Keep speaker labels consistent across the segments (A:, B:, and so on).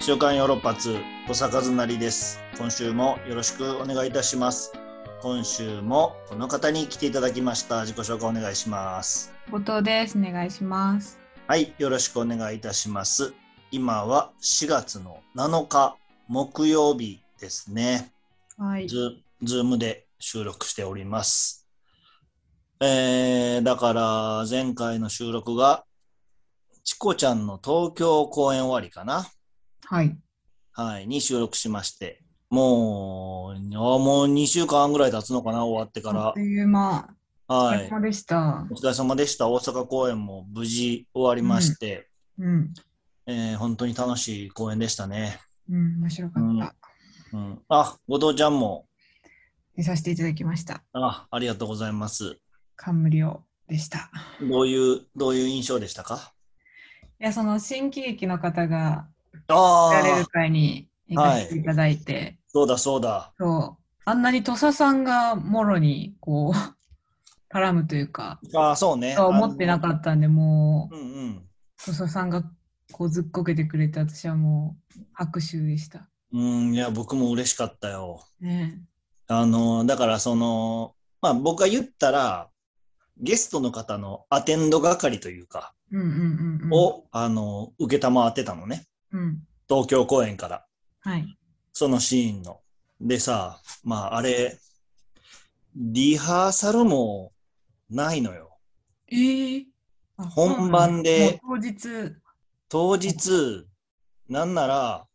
A: 週刊ヨーロッパ2土佐和成です今週もよろしくお願いいたします今週もこの方に来ていただきました自己紹介お願いします
B: 後藤です。お願いします。
A: はいよろしくお願いいたします今は4月の7日木曜日ですね
B: はい。
A: ズズームで収録しております。えーだから前回の収録が、チコちゃんの東京公演終わりかな、
B: はい。
A: はい、に収録しまして、もう、あーもう2週間ぐらい経つのかな、終わってか
B: あ
A: ら
B: っと。いう間。お疲
A: は
B: れ
A: い。
B: 様でした
A: お。疲れ様でした。大阪公演も無事終わりまして、
B: うん。
A: えー本当に楽しい公演でしたね。
B: うん、面白か
A: う
B: っ
A: ん
B: た。
A: うん、あ、後藤ちゃんも、
B: 見させていただきました。
A: あ、ありがとうございます。
B: 冠をでした。
A: どういう、どういう印象でしたか
B: いや、その新喜劇の方が
A: あ
B: や
A: あ。
B: られる会に行かせていただいて、
A: そうだそうだ。
B: そう。あんなに土佐さんがもろにこう、 絡むというか、
A: ああ、そうね。
B: そう思ってなかったんで、も
A: あ
B: う、
A: の。うんうん。
B: 土佐さんがこうずっこけてくれて、私はもう拍手でした。
A: うん、いや、僕も嬉しかったよ。
B: ね
A: あの、だからその、まあ僕が言ったら、ゲストの方のアテンド係というか、
B: え。うんうんうんうん。
A: を、あの、受けたまってたのね。
B: うん。
A: 東京公演から、
B: はい。
A: そのシーンの。でさ、まああれ、リハーサルもないのよ。
B: ええあ
A: 本番で
B: そうなんだもう当日、
A: 当日、なんなら、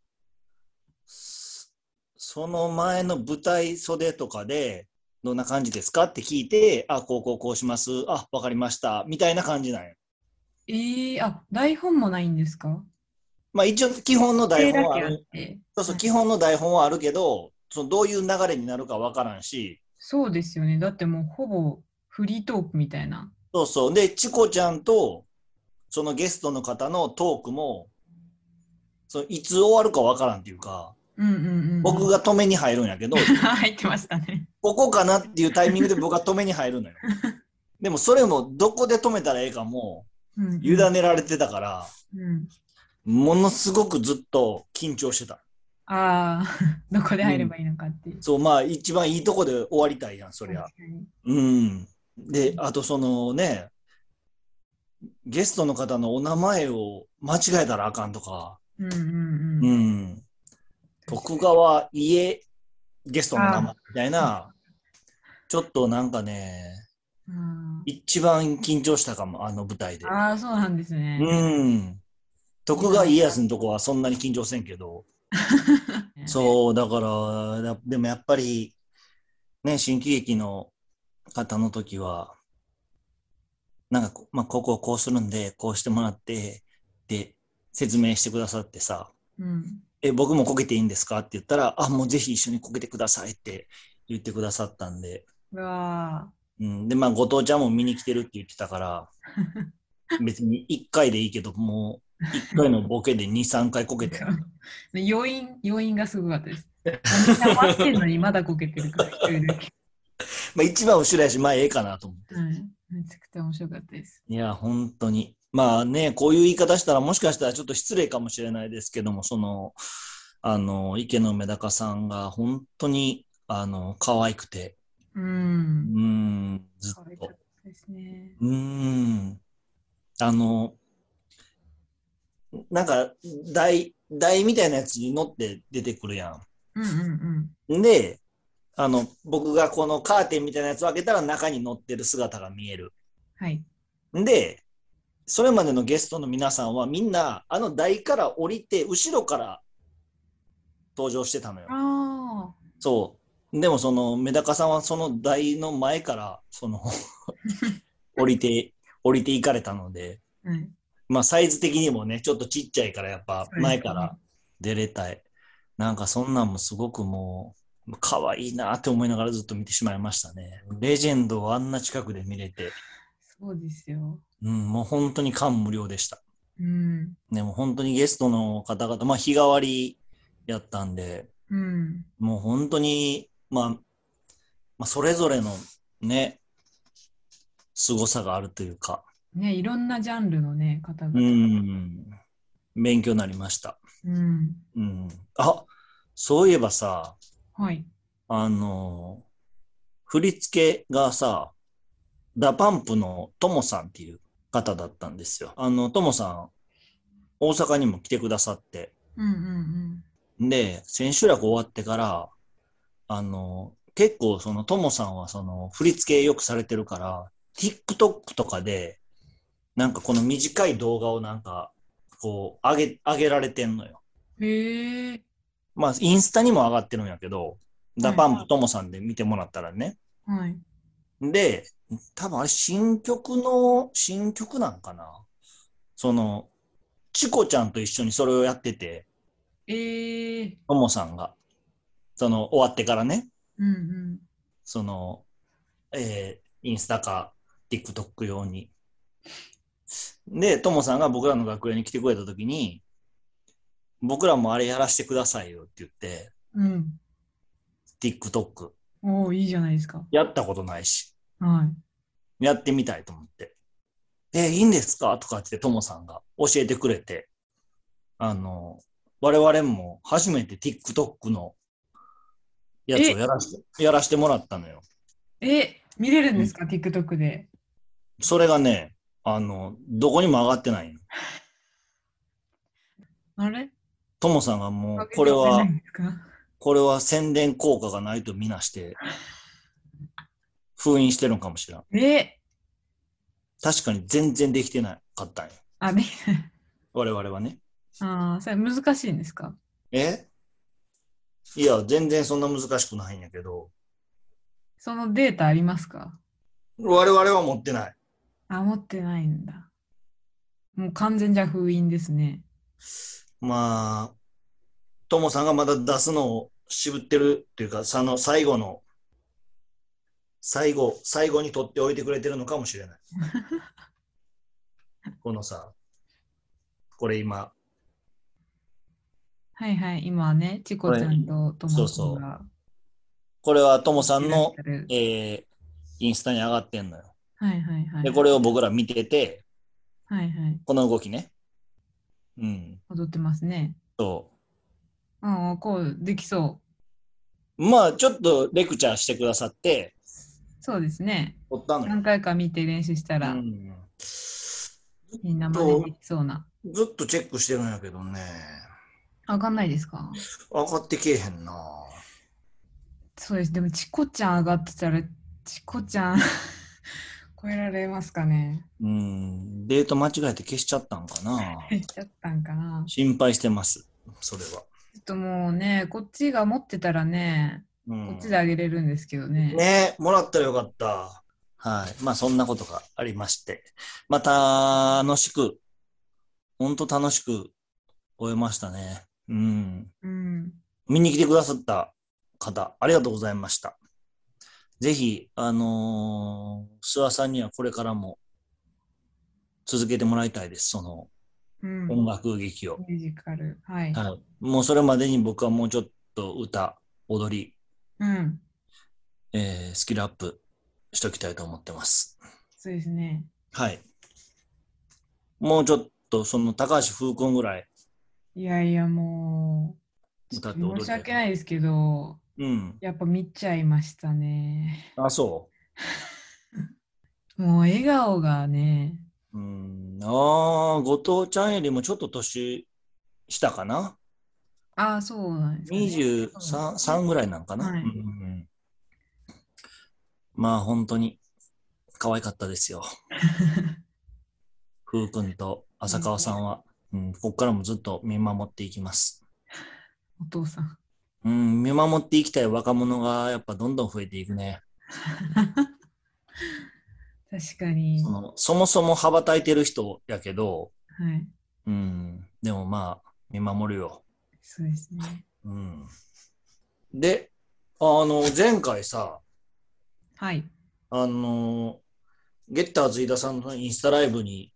A: そその前の舞台袖とかで、どんな感じですかって聞いて、あ、こうこうこうします。あ、わかりました。みたいな感じなんや。
B: ええあ台本もないんですか
A: まあ一応基本の台
B: 手
A: 本
B: だ
A: はあ
B: けあっ
A: る。
B: て。
A: そうそう、
B: はい
A: 基本の台本はあるけど、そのどういう流れになるかわからんし、
B: そうですよね。だってもうほぼフリートークみたいな。
A: そうそう。で、チコちゃんと、そのゲストの方のトークも、そのいつ終わるかわからんっていうか、
B: うんうんうん。
A: 僕。が止めに入るんやけど、
B: 入ってましたね。
A: ここかなっていうタイミングで僕は止めに入るのよ。でもそれもどこで止めたらええかも
B: うんうん、
A: 委ねられてたから、
B: うん。
A: ものすごくずっと緊張してた。
B: ああ、 どこで入ればいいのかっていう。
A: そう、まあ一番いいとこで終わりたいやん、そりゃ。
B: 確かに
A: うん。で、あとそのね、ゲストの方のお名前を間違えたらあかんとか、
B: うんうん
A: う
B: うん。
A: ん。徳川家ゲストの名前みたいな、ちょっとなんかね、
B: うん
A: 一番緊張したかも、あの舞台で。
B: ああ、そうなんですね。
A: うん。徳川家康のとこはそんなに緊張せんけど、そう、だから、だでもやっぱり、ね、新喜劇の方の時は、なんかこ、まあ、ここをこうするんで、こうしてもらって、で、説明してくださってさ、
B: う。うん。
A: え、僕もこけていいんですかって言ったら、あ、もうぜひ一緒にこけてくださいって言ってくださったんで、
B: うわ
A: うん、で、まあ、後藤ちゃんも見に来てるって言ってたから、 別に1回でいいけど、もう1回のボケで2、3回こけ て。
B: ー余韻、余韻がすごかった です。みんな待ってんのにまだこけてるから、一人だけ。
A: まあ、一番後ろやし、まあ、ええかなと思って。
B: はい、めちゃくちゃ面白かったです。
A: いや、本当に。まあね、こういう言い方したら、もしかしたらちょっと失礼かもしれないですけども、その、あの、池野メダカさんが本当に、あの、可愛くて、
B: う。
A: うんん、ず
B: 可
A: っ
B: 愛か
A: と
B: っ。たですね。
A: うん。あの、なんか、台、台みたいなやつに乗って出てくるや
B: うんうん
A: ん。で、あの、僕がこのカーテンみたいなやつを開けたら中に乗ってる姿が見える。
B: うん。はい。
A: んで、それまでのゲストの皆さんはみんな、あの台から降りて、後ろから登場してたのよ。
B: ああ。
A: そう。でもその、メダカさんはその台の前から、その、降りて、降りていかれたので、
B: はい。
A: まあ、サイズ的にもね、ちょっとちっちゃいから、やっぱ前から出れたい。なんかそんなんもすごくもう、可愛いなって思いながらずっと見てしまいましたね。レジェンドをあんな近くで見れて、
B: そうですよ。
A: うん、もう本当に感無量でした。
B: うん。
A: でも本当にゲストの方々、まあ日替わりやったんで、
B: うん。
A: もう本当に、まあ、まあ、それぞれのね、凄さがあるというか、
B: ね、いろんなジャンルのね、方
A: う
B: 々。
A: ん、勉強になりました。
B: うん。
A: うん。あ、そういえばさ、
B: はい。
A: あのー振り付けがさ、ダパンプのトモさんっていう方だったんですよ。あの、トモさん、大阪にも来てくださって、
B: うんうん
A: で、千秋楽終わってから、あの、結構そのトモさんはその振り付けよくされてるから、TikTok とかで、なんかこの短い動画をなんか、こう、上げ、上げられてんのよ。
B: うん。へえ。
A: まあ、インスタにも上がってるんやけど、ダパンプトモさんで見てもらったらね。
B: はい。
A: で、多分あれ新曲の、新曲なんかなその、チコちゃんと一緒にそれをやってて、
B: ええ。
A: トモさんが。その、終わってからね。
B: うんうん。
A: その、えーインスタか TikTok 用に。で、ともさんが僕らの学園に来てくれたときに、僕らもあれやらせてくださいよって
B: うん。
A: 言って、TikTok。
B: おお、いいじゃないですか。
A: やったことないし、
B: は
A: やってみたいと思って。えーいいんですかとかってともさんが教えてくれて、あの、我々も初めて TikTok のやつをやらして、やらしてもらったのよ。
B: い。え、見れるんですか、TikTok で。
A: それがね、あの、どこにも上がってないの。
B: あれ
A: ともさんがもう、これは、
B: は。
A: これは宣伝効果がないとみなして、封印してるのかもしれん。
B: え、
A: 確かに全然できてなかったんよ。
B: あ、できない。
A: 我々はね。
B: ああ、それ難しいんですか
A: えいや、全然そんな難しくないんやけど、
B: そのデータありますか
A: 我々は持ってない。
B: あ、持ってないんだ。もう完全じゃ封印ですね。
A: まあ、ともさんがまだ出すのを渋ってるっていうか、その最後の、最後、最後に取っておいてくれてるのかもしれ ない。このさ、これ今、
B: はいはい、今はね、チコちゃんとト
A: そう
B: モさ
A: そ
B: ん
A: う
B: が
A: これはともさ
B: い
A: ん
B: らっ
A: の
B: し、ゃる。
A: えーインスタに上がってんのよ。
B: はいはいはい。
A: で、これを僕ら見てて、
B: はいはい。
A: この動きね。うん。
B: 踊ってますね。
A: そ。
B: うん、こう、できそう
A: まあ、ちょっとレクチャーしてくださって、
B: う。そうですね。
A: 撮ったのよ。
B: 何回か見て練習したら、
A: うん
B: みんな真似できそうな。
A: ずっとチェックしてるんやけどね。
B: 上がんないですか
A: 上がってけえへんな。
B: そうです。でも、チコちゃん上がってたら、チコちゃん、 超えられますかね。
A: うん。デート間違えて消しちゃったんかな。
B: やっちゃったんかな。ち
A: 心配してます。それは。
B: ょっともうね、こっちが持ってたらね、
A: うん、
B: こっちであげれるんですけどね。
A: ねえ、もらったらよかった。はい。まあ、そんなことがありまして。また、楽しく、ほんと楽しく終えましたね。うん。
B: うん。
A: 見に来てくださった方、ありがとうございました。ぜひ、あのー、諏訪さんにはこれからも続けてもらいたいです。その
B: うん。
A: 音楽劇を。
B: ミュージカル。はい。
A: はい。もうそれまでに僕はもうちょっと歌、踊り、
B: うん。
A: えースキルアップしときたいと思ってます。
B: そうですね。
A: はい。もうちょっと、その高橋風君ぐらい
B: いやいや、もう、
A: 歌って踊りたい。
B: 申し訳ないですけど、
A: うん。
B: やっぱ見ちゃいましたね。
A: あ、そ
B: もう笑顔がね、
A: う。うん。ああ、後藤ちゃんよりもちょっと年下かな。
B: ああ、そうなんですか、ね。
A: 23、3ぐらいなんかな。
B: はい
A: うんうんまあ、本当に可愛かったです よ。風君と浅川さんは、うん、ここからもずっと見守っていきます。
B: お父さん。
A: うん、見守っていきたい若者がやっぱどんどん増えていくね。
B: 確かに。
A: そのそもそも羽ばたいてる人やけど、
B: はい。
A: うん、でもまあ、見守るよ。
B: そうですね。
A: うん、で、あの、前回さ、
B: はい。
A: あの、ゲッターズ飯田さんのインスタライブに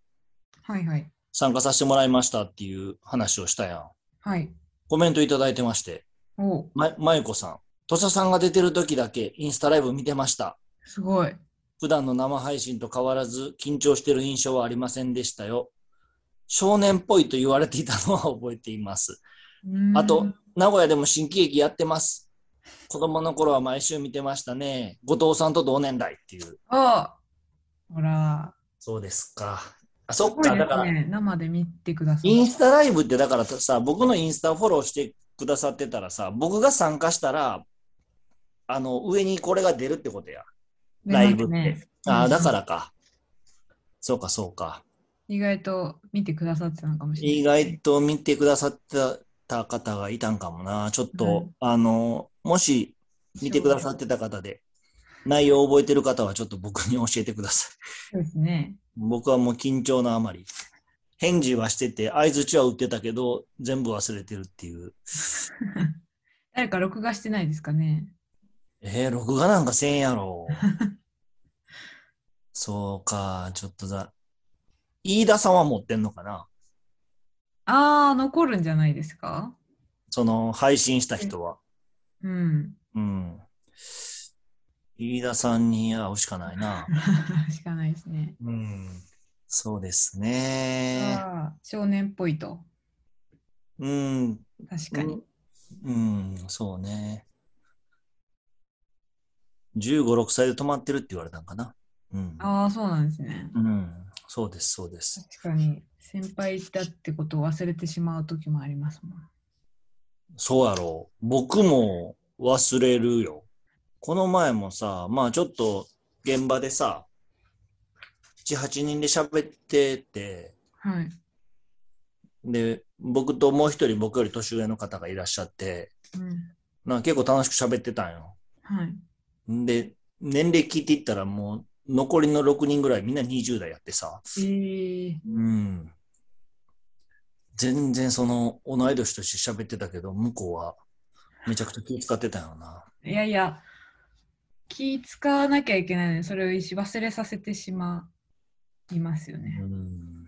B: はいはい。
A: 参加させてもらいましたっていう話をしたやん。
B: はい。
A: コメントいただいてまして、
B: おう
A: ま、まゆこさん、土佐さんが出てる時だけインスタライブ見てました。
B: すごい。
A: 普段の生配信と変わらず緊張してる印象はありませんでしたよ。少年っぽいと言われていたのは覚えています。
B: うん
A: あと、名古屋でも新喜劇やってます。子供の頃は毎週見てましたね。後藤さんと同年代っていう。
B: おほら、
A: そうですか。あ、そっ
B: すご
A: か。
B: い
A: だ
B: で
A: から、
B: すね。生で見てください。
A: インスタライブってだからさ、僕のインスタフォローしてくださってたらさ、僕が参加したら、あの、上にこれが出るってことや。ライブって。
B: ね
A: あ
B: う
A: あ、
B: ん
A: だからか。そうか、そうか。
B: 意外と見てくださってたのかもしれない。
A: 意外と見てくださってた方がいたんかもな。ちょっと、
B: うん
A: あの、もし見てくださってた方で、内容を覚えてる方はちょっと僕に教えてください。
B: そうですね。
A: 僕はもう緊張のあまり。返事はしてて、相槌は打ってたけど、全部忘れてるっていう。
B: 誰か録画してないですかね。
A: えー、録画なんかせんやろ。 そうか、ちょっとだ。飯田さんは持ってんのかな
B: ああ、残るんじゃないですか
A: その、配信した人は。
B: うん。
A: うん。飯田さんに会うしかないな。
B: しかないですね。
A: うん。そうですね。
B: あー少年っぽいと。
A: うん。
B: 確かに。
A: うん、そうね。15、6歳で止まってるって言われたんかな。うん。
B: ああ、そうなんですね。
A: うん。そうです、そうです。
B: 確かに。先輩だってことを忘れてしまう時もありますもん。
A: そうやろう。僕も忘れるよ。この前もさ、まあちょっと現場でさ、7、8人で喋ってて、
B: はい。
A: で、僕ともう一人僕より年上の方がいらっしゃって、
B: うん。
A: なんか結構楽しく喋ってたんよ。
B: はい。
A: んで、年齢聞いていったらもう残りの6人ぐらいみんな20代やってさ、
B: ええ
A: うん。全然その同い年として喋ってたけど、向こうはめちゃくちゃ気を使ってたよな。
B: いやいや、気使わなきゃいけないのに、それを一忘れさせてしまいますよ
A: う
B: ね。
A: ん。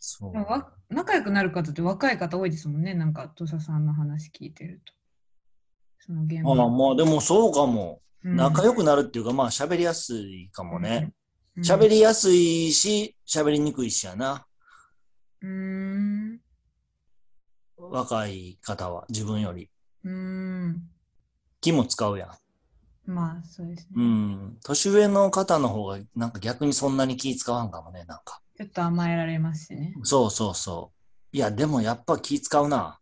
A: そう。
B: でもわ仲良くなる方って若い方多いですもんね、なんか土佐さんの話聞いてると。その現
A: ああまあでもそうかも。仲
B: 良
A: 良くなるっていうか、まあ喋りやすいか
B: く
A: もね。。喋、りやすいし、喋りにくいしやな。
B: うん。
A: 若い方は、自分より。
B: うーん。う
A: 気も使うやん。
B: ーんまあ、そうです
A: う
B: ね。
A: ん。年上の方の方が、なんか逆にそんなに気使わんかもね、なんか。
B: ちょっと甘えられますしね。
A: そうそうそう。いや、でもやっぱ気使うな。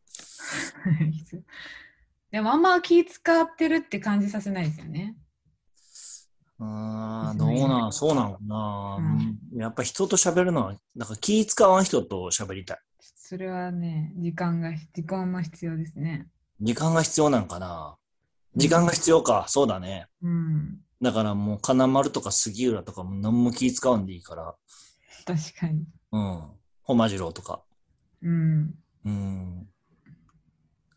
B: でもあんま気使ってるって感じさせないですよね。
A: うーん、どうなん、そうなのかな、
B: う
A: やっぱ人と喋るのは、なんか気使わん人と喋りたい。
B: それはね、時間が、時間も必要ですね。
A: 時間が必要なんかな時間が必要か、そうだね。
B: うん。
A: だからもう、金丸とか杉浦とかも何も気使わんでいいから、
B: 確かに。
A: うん。誉次郎とか。
B: うん。
A: うん。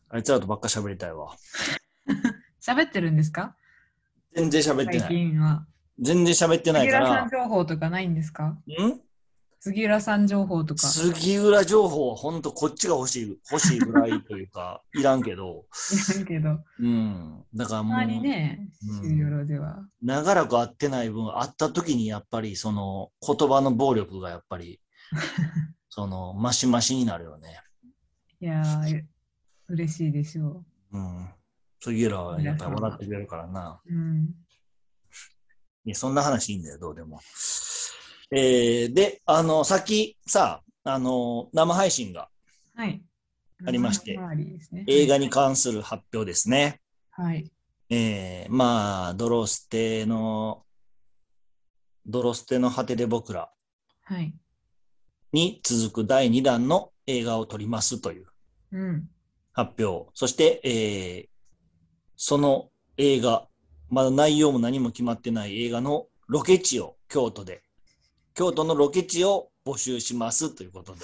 A: あいつらとばっか喋りたいわ。
B: 喋ってるんですか
A: 全然喋って
B: 最
A: ない。
B: 近は。
A: 全然喋ってな
B: 杉
A: いか
B: 浦さ
A: ら
B: ん。情報とかないんですか
A: ん
B: 杉浦さん情報 とか。
A: 杉浦情報は本当こっちが欲しい、欲しいぐらいというか、 いらんけど。
B: いないけど。
A: うん。だから
B: た
A: も
B: ま
A: う、
B: にね、
A: うん
B: 終了では。
A: 長らく会ってない分、会った時にやっぱりその言葉の暴力がやっぱり、その、マシマシになるよね。
B: いやー、嬉しいでしょ
A: うん。杉浦はやっぱり笑ってくれるからな。
B: う。うん。
A: いや、そんな話いいんだよ、どうでも。えー、で、あの、さっきさ、あの、生配信が
B: はい。
A: ありまして
B: 周りですね
A: 映画に関する発表ですね。
B: はい。
A: えー、まあ、ドロステの、ドロステの果てで僕ら
B: はい。
A: に続く第2弾の映画を撮りますという
B: うん。
A: 発表。そして、えー、その映画、まだ内容も何も決まってない映画のロケ地を京都で、京都のロケ地を募集しますということで。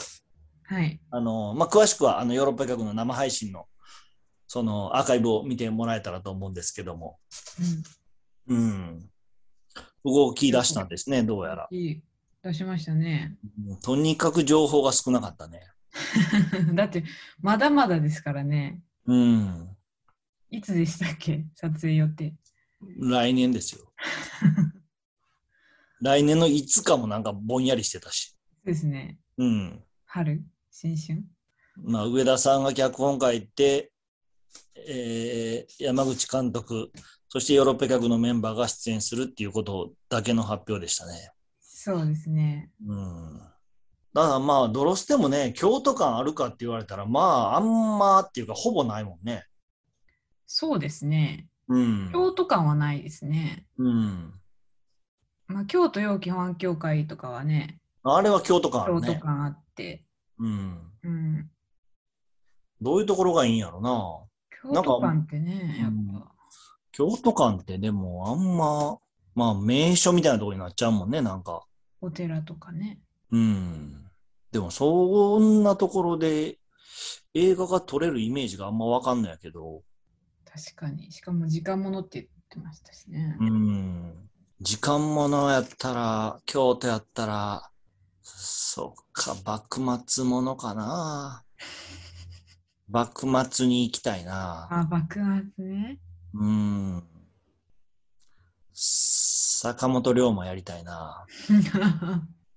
B: はい。
A: あの、まあ、詳しくは、あの、ヨーロッパ局の生配信の、その、アーカイブを見てもらえたらと思うんですけども、うん。動き出したんですね、どうやら。
B: うん。いい出しましたね。
A: うんとにかく情報が少なかったね。
B: だって、まだまだですからね。
A: うん。
B: いつでしたっけ撮影予定。
A: 来年です よ。来年のいつかもなんかぼんやりしてたし。
B: そうですね。
A: うん。
B: 春新春
A: まあ、上田さんが脚本書いて、えー山口監督、そしてヨーロッパ客のメンバーが出演するっていうことだけの発表でしたね。
B: そうですね。
A: うん。だからまあ、ドロスでもね、京都感あるかって言われたら、まあ、あんまっていうか、ほぼないもんね。
B: そうですね。
A: うん。
B: 京都感はないですね。
A: うん。
B: まあ、京都陽気保安協会とかはね、
A: あれは京都感ある
B: 京都
A: ね。
B: 感あって、
A: うん。
B: うん、
A: どういうところがいいんやろな。
B: 京都感ってね、や
A: な
B: っ
A: んか
B: ぱ、
A: 京都館ってでもあんま、まあ名所みたいなところになっちゃうもんね、なんか。
B: お寺とかね。
A: うん。でもそんなところで映画が撮れるイメージがあんまわかんないけど、
B: 確かに。しかも時間ものって言ってましたしね。
A: うん。時間ものやったら、京都やったら、そっか、幕末ものかな。幕末に行きたいな。
B: あ、幕末ね。
A: うーん。坂本龍馬やりたいな。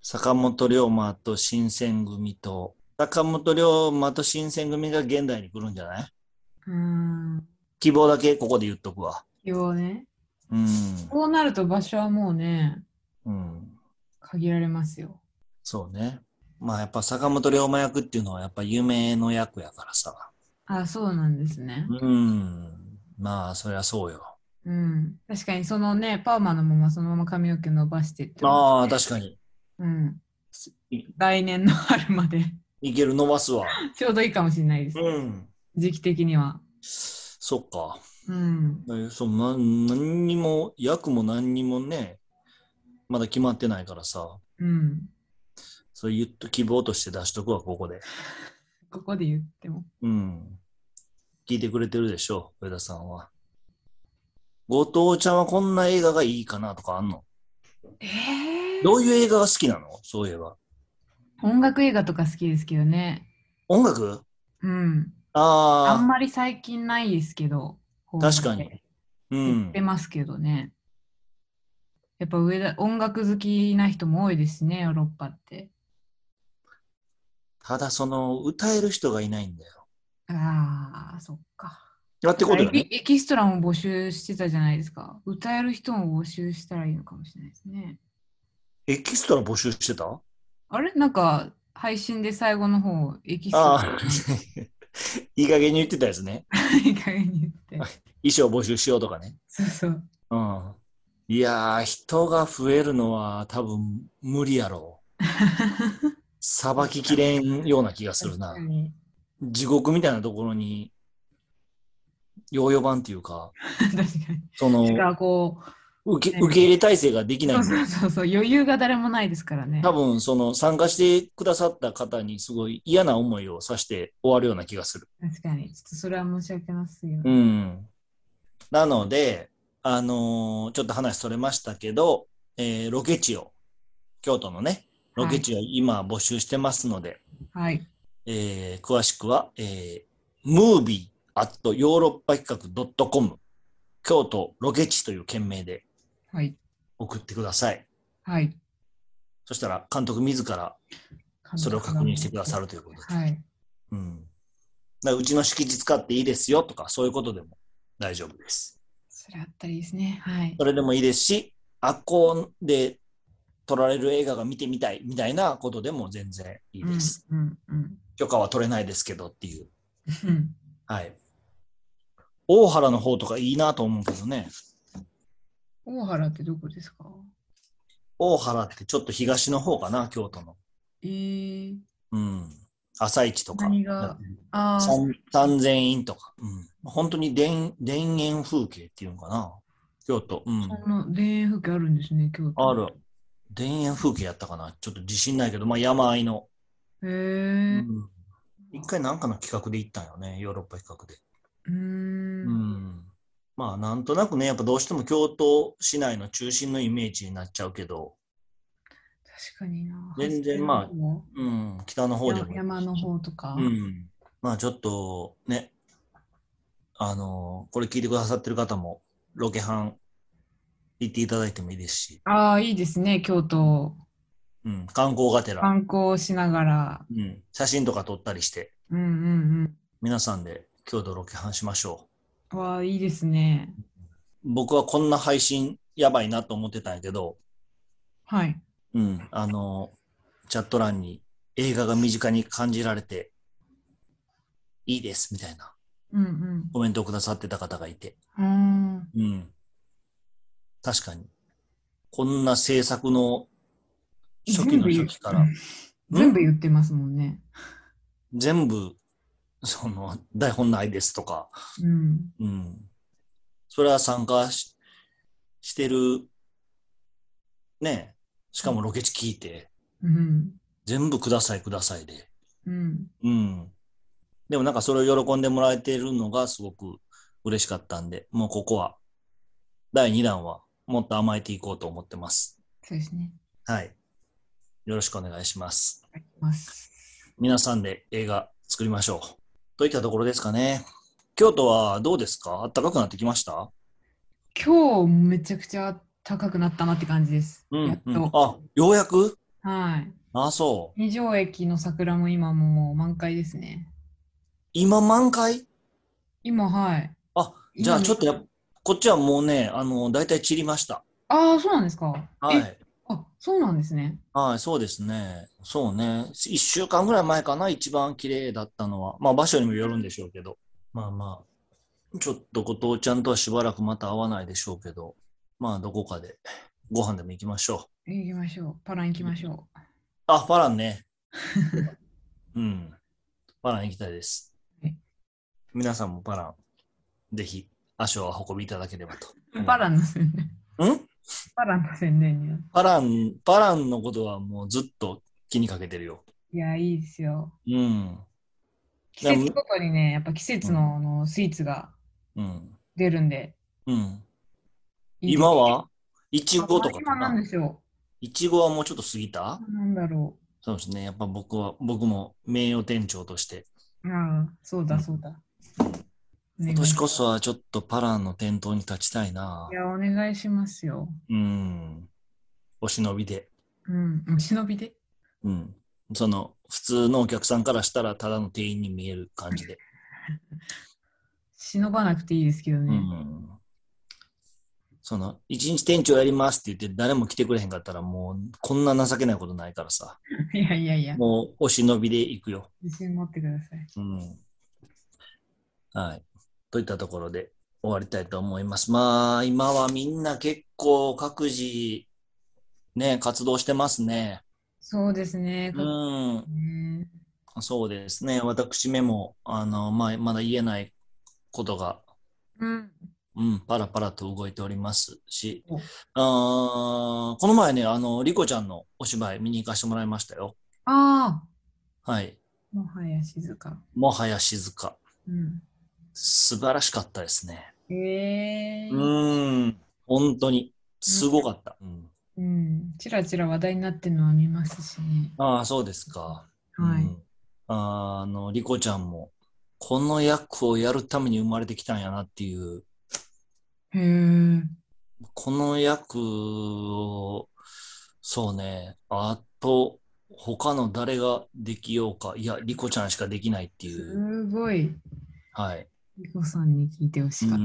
A: 坂本龍馬と新選組と、坂本龍馬と新選組が現代に来るんじゃない
B: うん。
A: 希望だけここで言っとくわ。
B: 要ね。
A: うーん。
B: こうなると場所はもうね、
A: うん。
B: 限られますよ。
A: そうね。まあやっぱ坂本龍馬役っていうのはやっぱ夢の役やからさ。
B: あ、そうなんですね。
A: うーん。まあそりゃそうよ。
B: うん。確かにそのね、パーマのままそのまま髪の毛伸ばしてって。
A: ああ、確かに。
B: うん。来年の春まで
A: いける、伸ばすわ。
B: ちょうどいいかもしれないです。
A: うん。
B: 時期的には。
A: そっか。
B: うん。
A: えーそう、な、何にも、役も何にもね、まだ決まってないからさ、
B: うん。
A: そう言っと希望として出しとくわ、ここで。
B: ここで言っても。
A: うん。聞いてくれてるでしょう、上田さんは。後藤ちゃんはこんな映画がいいかなとかあんの
B: え
A: どういう映画が好きなのそういえば。
B: 音楽映画とか好きですけどね。
A: 音楽
B: うん。あん
A: あ
B: まり最近ないですけど。こう
A: 確かに。あ、う
B: 言っ
A: ん
B: て。ますけどね。やっぱ上田音楽好きな人も多いですね、ヨーロッパって。
A: ただその、歌える人がいないんだよ。
B: ああ、そっか。
A: あってことよ
B: エ
A: ね。
B: キエキストラも募集してたじゃないですか。歌える人も募集したらいいのかもしれないですね。
A: エキストラ募集してた
B: あれなんか配信で最後の方、エキスト
A: あ
B: ラ
A: あ、 いい加減に言ってたやつね。
B: いかに言って。
A: 衣装募集しようとかね。
B: そうそう。
A: うんいやー、人が増えるのは多分無理やろう。さばききれんような気がするな
B: 確か。に
A: 地獄みたいなところに、ヨーヨー版っていうか、
B: 確かに。
A: その、
B: だからこう、
A: 受け受け入れ体制ができない
B: そ
A: ん
B: う
A: で
B: そうそうそう、余裕が誰もないですからね。
A: 多分、その、参加してくださった方にすごい嫌な思いをさして終わるような気がする。
B: 確かに。ちょっとそれは申し訳なすぎる。
A: うん。なので、あのーちょっと話それましたけど、えーロケ地を、京都のね、ロケ地を今募集してますので、
B: はい。
A: えー詳しくは、えー、movie at ヨーロッパ企画 .com 京都ロケ地という件名で
B: はい。
A: 送ってください。
B: はい。
A: そしたら監督自らそれを確認してくださるということで。
B: はい。
A: うん、だからうちの敷地使っていいですよとかそういうことでも大丈夫です。
B: それあったらいいですね。はい。
A: それでもいいですし、あっこで撮られる映画が見てみたいみたいなことでも全然いいです。
B: うん。うん。
A: 許可は取れないですけどっていう。
B: うん。
A: はい。大原の方とかいいなと思うけどね。
B: 大原ってどこですか
A: 大原ってちょっと東の方かな、京都の。
B: えー、
A: うん。朝市とか。
B: 何がああ、
A: 三三千院とか。うん。本当に田田園風景っていうのかな。京都。うん。
B: この田園風景あるんですね、京都。
A: ある。。田園風景やったかな。ちょっと自信ないけど、まあ山あいの。
B: へえ
A: う
B: ー。
A: ん。一回なんかの企画で行ったんよね、ヨーロッパ企画で。
B: うーん。
A: うん。まあなんとなくね、やっぱどうしても京都市内の中心のイメージになっちゃうけど、
B: 確かにな。
A: 全然まあうん、北の方で
B: 山
A: も。
B: 山の方とか。
A: うん。まあちょっとね、あのこれ聞いてくださってる方も、ロケハン行っていただいてもいいですし、
B: ああ、いいですね、京都。
A: うん、観光がてら、
B: 観光しながら。
A: うん、写真とか撮ったりして、
B: うんうん
A: 皆さんで郷土ロケハンしましょ
B: うん。わあ、いいですね。
A: う。僕はこんな配信やばいなと思ってたんやけど、
B: はい。
A: うん、あの、チャット欄に映画が身近に感じられて、いいですみたいな
B: うんうん。
A: コメントをくださってた方がいて、
B: うーん。
A: うん。確かに。こんな制作の初期の初期から、
B: 全部言ってますもんね。
A: 全部、その、台本ないですとか、
B: うん。
A: うん。それは参加ししてる、ねえ、しかもロケ地聞いて、
B: うん。
A: 全部くださいくださいで。
B: うん。
A: うん。でもなんかそれを喜んでもらえてるのがすごく嬉しかったんで、もうここは、第2弾はもっと甘えていこうと思ってます。
B: そうですね。
A: はい。よろしくお願いします。
B: いただきます。
A: 皆さんで映画作りましょう。といったところですかね。京都はどうですか暖かくなってきました
B: 今日めちゃくちゃ高くなったなって感じです。やっと。
A: うん、あ、ようやく
B: はい。
A: あ、そう。
B: 二条駅の桜も今もう満開ですね。
A: 今満開
B: 今はい。
A: あ、じゃあ
B: 今
A: ちょっとや、こっちはもうね、あの、だいたい散りました。
B: ああ、そうなんですか。
A: は
B: え
A: い。
B: あ、そうなんですね。
A: はい、そうですね。そうね。1週間ぐらい前かな、一番綺麗だったのは。まあ場所にもよるんでしょうけど。まあまあ、ちょっと後藤ちゃんとはしばらくまた会わないでしょうけど、まあどこかでご飯でも行きましょう。
B: 行きましょう。パラン行きましょ
A: あ、パランね。うん。パラン行きたいです
B: はい。
A: 皆さんもパラン、ぜひ足をお運びいただければと
B: う。。パランの宣伝。
A: ンん
B: パランの宣伝になる。
A: パラン、パランのことはもうずっと気にかけてるよ。
B: いや、いいですよ。
A: うん。
B: 季節ごとにね、やっぱ季節の,、あのスイーツが
A: うん。
B: 出るんで。
A: うん。
B: いいです
A: 今はいちごとか
B: 今
A: か
B: なん
A: な
B: でしょ
A: いちごはもうちょっと過ぎた
B: う。なんだろ
A: そうですね。やっぱ僕は、僕も名誉店長として、
B: う。ああ、そうだそうだ。
A: 今年こそはちょっとパランの店頭に立ちたいない
B: や、お願いしますよ。
A: うん。お忍びで。
B: うん。お忍びで。
A: うん。その、普通のお客さんからしたら、ただの店員に見える感じで。
B: 忍ばなくていいですけど
A: う
B: ね。
A: ん。その、一日店長やりますって言って、誰も来てくれへんかったら、もう、こんな情けないことないからさ。
B: いやいやいや、
A: もう、お忍びで行くよ。
B: 自信持ってください。
A: うん。はい。といったところで終わりたいと思います。まあ、今はみんな結構各自、ね、活動してますね。
B: そうですね。かっこ
A: うん。
B: いいね
A: そうですね。私めも、あの、まあ、まだ言えないことが、
B: うん。
A: うん、パラパラと動いておりますし
B: お、
A: あーこの前ね、あの、リコちゃんのお芝居見に行かせてもらいましたよ。
B: ああ、
A: はい。
B: もはや静か。
A: もはや静か。
B: うん。
A: 素晴らしかったですね。
B: ええ
A: うーん、本当に、すごかった。うん、
B: うん。ちらちら話題になってるのは見ますしね。
A: ああ、そうですか。
B: は
A: う
B: い。
A: んあーあの、リコちゃんも、この役をやるために生まれてきたんやなっていう、
B: へえ。
A: この役を、そうね、あと、他の誰ができようか、いや、リコちゃんしかできないっていう、
B: すごい。
A: はい。
B: リコさんに聞いてほ
A: う
B: しかっ
A: ん、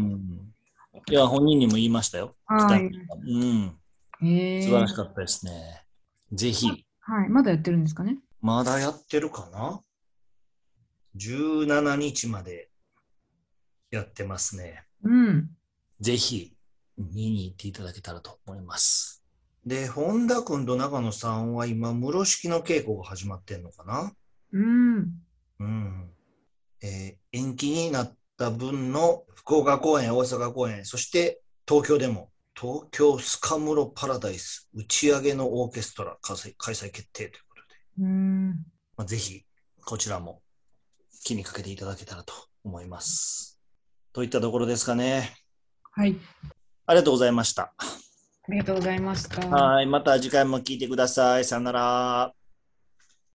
A: いや、本人にも言いましたよ。
B: た。
A: 二
B: はい
A: 人。うん、
B: へえ。
A: 素晴らしかったですね。ぜひ。
B: はい。まだやってるんですかね。
A: まだやってるかな ?17 日までやってますね。
B: うん。
A: ぜひ見に行っていただけたらと思います。で、本田君と長野さんは今、室式の稽古が始まってんのかな
B: うん。
A: うん。えー延期になった分の福岡公演、大阪公演、そして東京でも、東京スカムロパラダイス打ち上げのオーケストラ開催開催決定ということで。
B: うん。
A: まあ、ぜひこちらも気にかけていただけたらと思います。といったところですかね。
B: はい。
A: ありがとうございました。
B: ありがとうございました。
A: はい、また次回も聞いてください。さよなら。